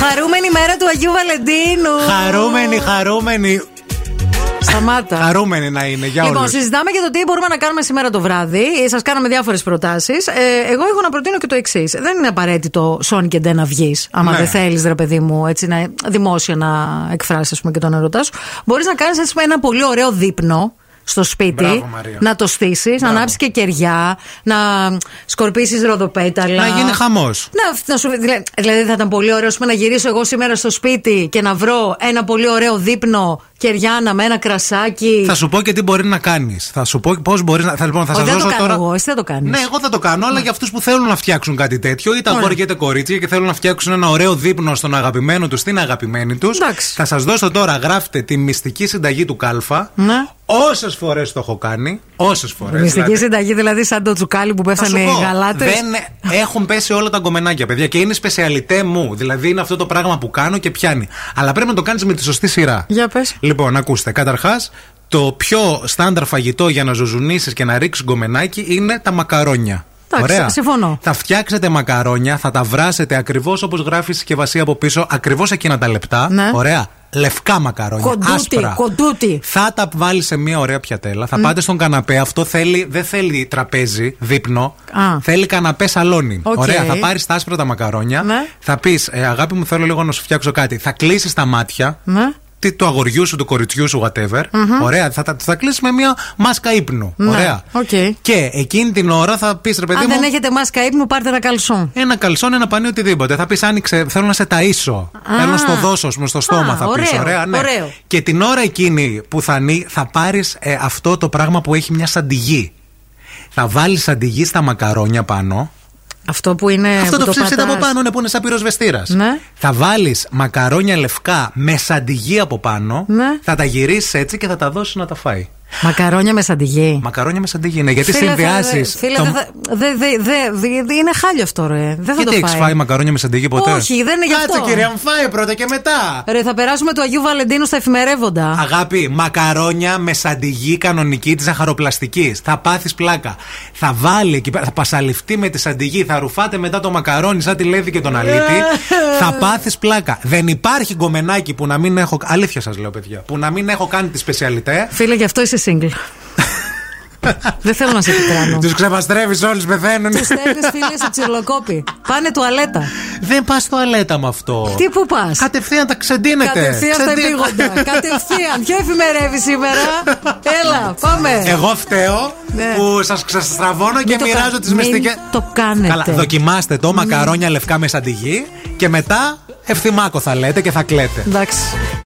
Χαρούμενη μέρα του Αγίου Βαλεντίνου. Χαρούμενη, χαρούμενη. Σταμάτα. Χαρούμενη να είναι για Λοιπόν, όλους. συζητάμε για το τι μπορούμε να κάνουμε σήμερα το βράδυ. Σας κάναμε διάφορες προτάσεις. Ε, εγώ έχω να προτείνω και το εξής. Δεν είναι απαραίτητο σόν και ντε να βγεις. Άμα Ναι. δεν θέλεις, ρε παιδί μου, έτσι να, δημόσια να εκφράσεις και τον ερωτά σου. Μπορείς να κάνεις ένα πολύ ωραίο δείπνο στο σπίτι. Μπράβο, Μαρία. να το στήσεις, να Μπράβο. ανάψεις και κεριά, να σκορπίσεις ροδοπέταλα. Να γίνει χαμός. Να, αυ- να σου, δηλα- δηλαδή θα ήταν πολύ ωραίο ας πούμε, να γυρίσω εγώ σήμερα στο σπίτι και να βρω ένα πολύ ωραίο δείπνο κεριάνα με ένα κρασάκι. Θα σου πω και τι μπορεί να κάνεις. Θα σου πω πώς μπορείς να. Θα, λοιπόν, θα Ω, σας δεν το δώσω κάνω τώρα. εγώ, εσύ δεν το κάνεις. Ναι, εγώ θα το κάνω, αλλά για αυτούς που θέλουν να φτιάξουν κάτι τέτοιο, είτε Ωραία. αγόρια είτε κορίτσια και θέλουν να φτιάξουν ένα ωραίο δείπνο στον αγαπημένο τους, στην αγαπημένη τους. Εντάξει. Θα σας δώσω τώρα, γράφτε τη μυστική συνταγή του Κάλφα. Ναι. Όσες φορές το έχω κάνει, όσες φορές. Μυστική συνταγή, δηλαδή σαν το τσουκάλι που Θα πέφτανε σου οι πω, γαλάτες. Δεν έχουν πέσει όλα τα γκομενάκια, παιδιά. Και είναι σπεσιαλιτέ μου. Δηλαδή είναι αυτό το πράγμα που κάνω και πιάνει. Αλλά πρέπει να το κάνεις με τη σωστή σειρά. Για πες. Λοιπόν, ακούστε. Καταρχάς, το πιο στάνταρ φαγητό για να ζωζουνίσεις και να ρίξεις γκομενάκι είναι τα μακαρόνια. Εντάξει, συμφωνώ. Θα φτιάξετε μακαρόνια, θα τα βράσετε ακριβώς όπως γράφεις η συσκευασία από πίσω, ακριβώς εκείνα τα λεπτά. Ναι. Ωραία. Λευκά μακαρόνια. Κοντούτη, άσπρα. κοντούτη. Θα τα βάλεις σε μια ωραία πιατέλα. Θα πάτε στον καναπέ. Αυτό θέλει, δεν θέλει τραπέζι, δείπνο. Α. Θέλει καναπέ σαλόνι. Οκ. Ωραία. Θα πάρεις τα άσπρα τα μακαρόνια. Ναι. Θα πεις, ε, αγάπη μου, θέλω λίγο να σου φτιάξω κάτι. Θα κλείσεις τα μάτια. Ναι. Τι, του αγοριού σου, του κοριτσιού σου, whatever. Ωραία. Θα, τα- θα κλείσει με μια μάσκα ύπνου. Ναι. Ωραία. Οκ. Και εκείνη την ώρα θα πεις, ρε παιδί Αν μου. δεν έχετε μάσκα ύπνου, πάρτε ένα καλσόν. Ένα καλσόν, ένα πανί, οτιδήποτε. Θα πεις, άνοιξε, θέλω να σε ταΐσω. Θέλω να στο δώσω, ας πούμε, στο στόμα Α, θα πεις. ωραίο, Ωραία, ναι. ωραίο. Και την ώρα εκείνη που θα ανοί, θα πάρεις αυτό το πράγμα που έχει μια σαντιγή. Θα βάλεις σαντιγή στα μακαρόνια πάνω. Αυτό που είναι. αυτό που το ψήφισε Ε, πατάς. από πάνω, είναι που είναι σαν πυροσβεστήρας. Ναι. Θα βάλεις μακαρόνια λευκά με σαντιγή από πάνω. Ναι. Θα τα γυρίσεις έτσι και θα τα δώσεις να τα φάει. Μακαρόνια με σαντιγί. Μακαρόνια με σαντιγή, ναι, γιατί Φίλε, συνδυάζεις. θα- Φίλε, δεν θα- δε- δε- δε- δε- δε- είναι χάλιο αυτό, ρε. Δεν θα Γιατί το έχεις φάει φάει. μακαρόνια με σαντιγή ποτέ. Όχι, δεν είναι γι' αυτό. Κάτσε, κυρία μου, φάει πρώτα και μετά. Ρε, θα περάσουμε του Αγίου Βαλεντίνου στα εφημερεύοντα. Αγάπη, μακαρόνια με σαντιγή κανονική της ζαχαροπλαστικής. Θα πάθεις πλάκα. Θα βάλει εκεί πέρα, θα πασαλιφτεί με τη σαντιγή, θα ρουφάτε μετά το μακαρόνι σαν τη λέδη και τον αλήτη. θα πάθεις πλάκα. Δεν υπάρχει γκομενάκι που να μην έχω. Αλήθεια σας λέω, παιδιά. Που να μην έχω κάνει τη σπεσιαλιτέ. Φίλε, γι' αυτό είσαι single. δεν θέλω να σε πικράνω. Του ξεπαστρεύει όλους, πεθαίνουν. Τους στέλνεις φίλες σε τσιρλοκόπη. Πάνε τουαλέτα. Δεν πας στο αλέτα με αυτό. Τι που πας. Κατευθείαν τα ξεντίνετε. Κατευθείαν στα Ξεντί- επίγοντα. Κατευθείαν. Ποιο εφημερεύει σήμερα. Έλα, πάμε. Εγώ φταίω Ναι. που σας ξεστραβώνω και Μην το μοιράζω κα- τις μυστικές. μην το κάνετε. Καλά, δοκιμάστε το, μακαρόνια λευκά με σαντιγί και μετά ευθυμάκο θα λέτε και θα κλαίτε. Εντάξει.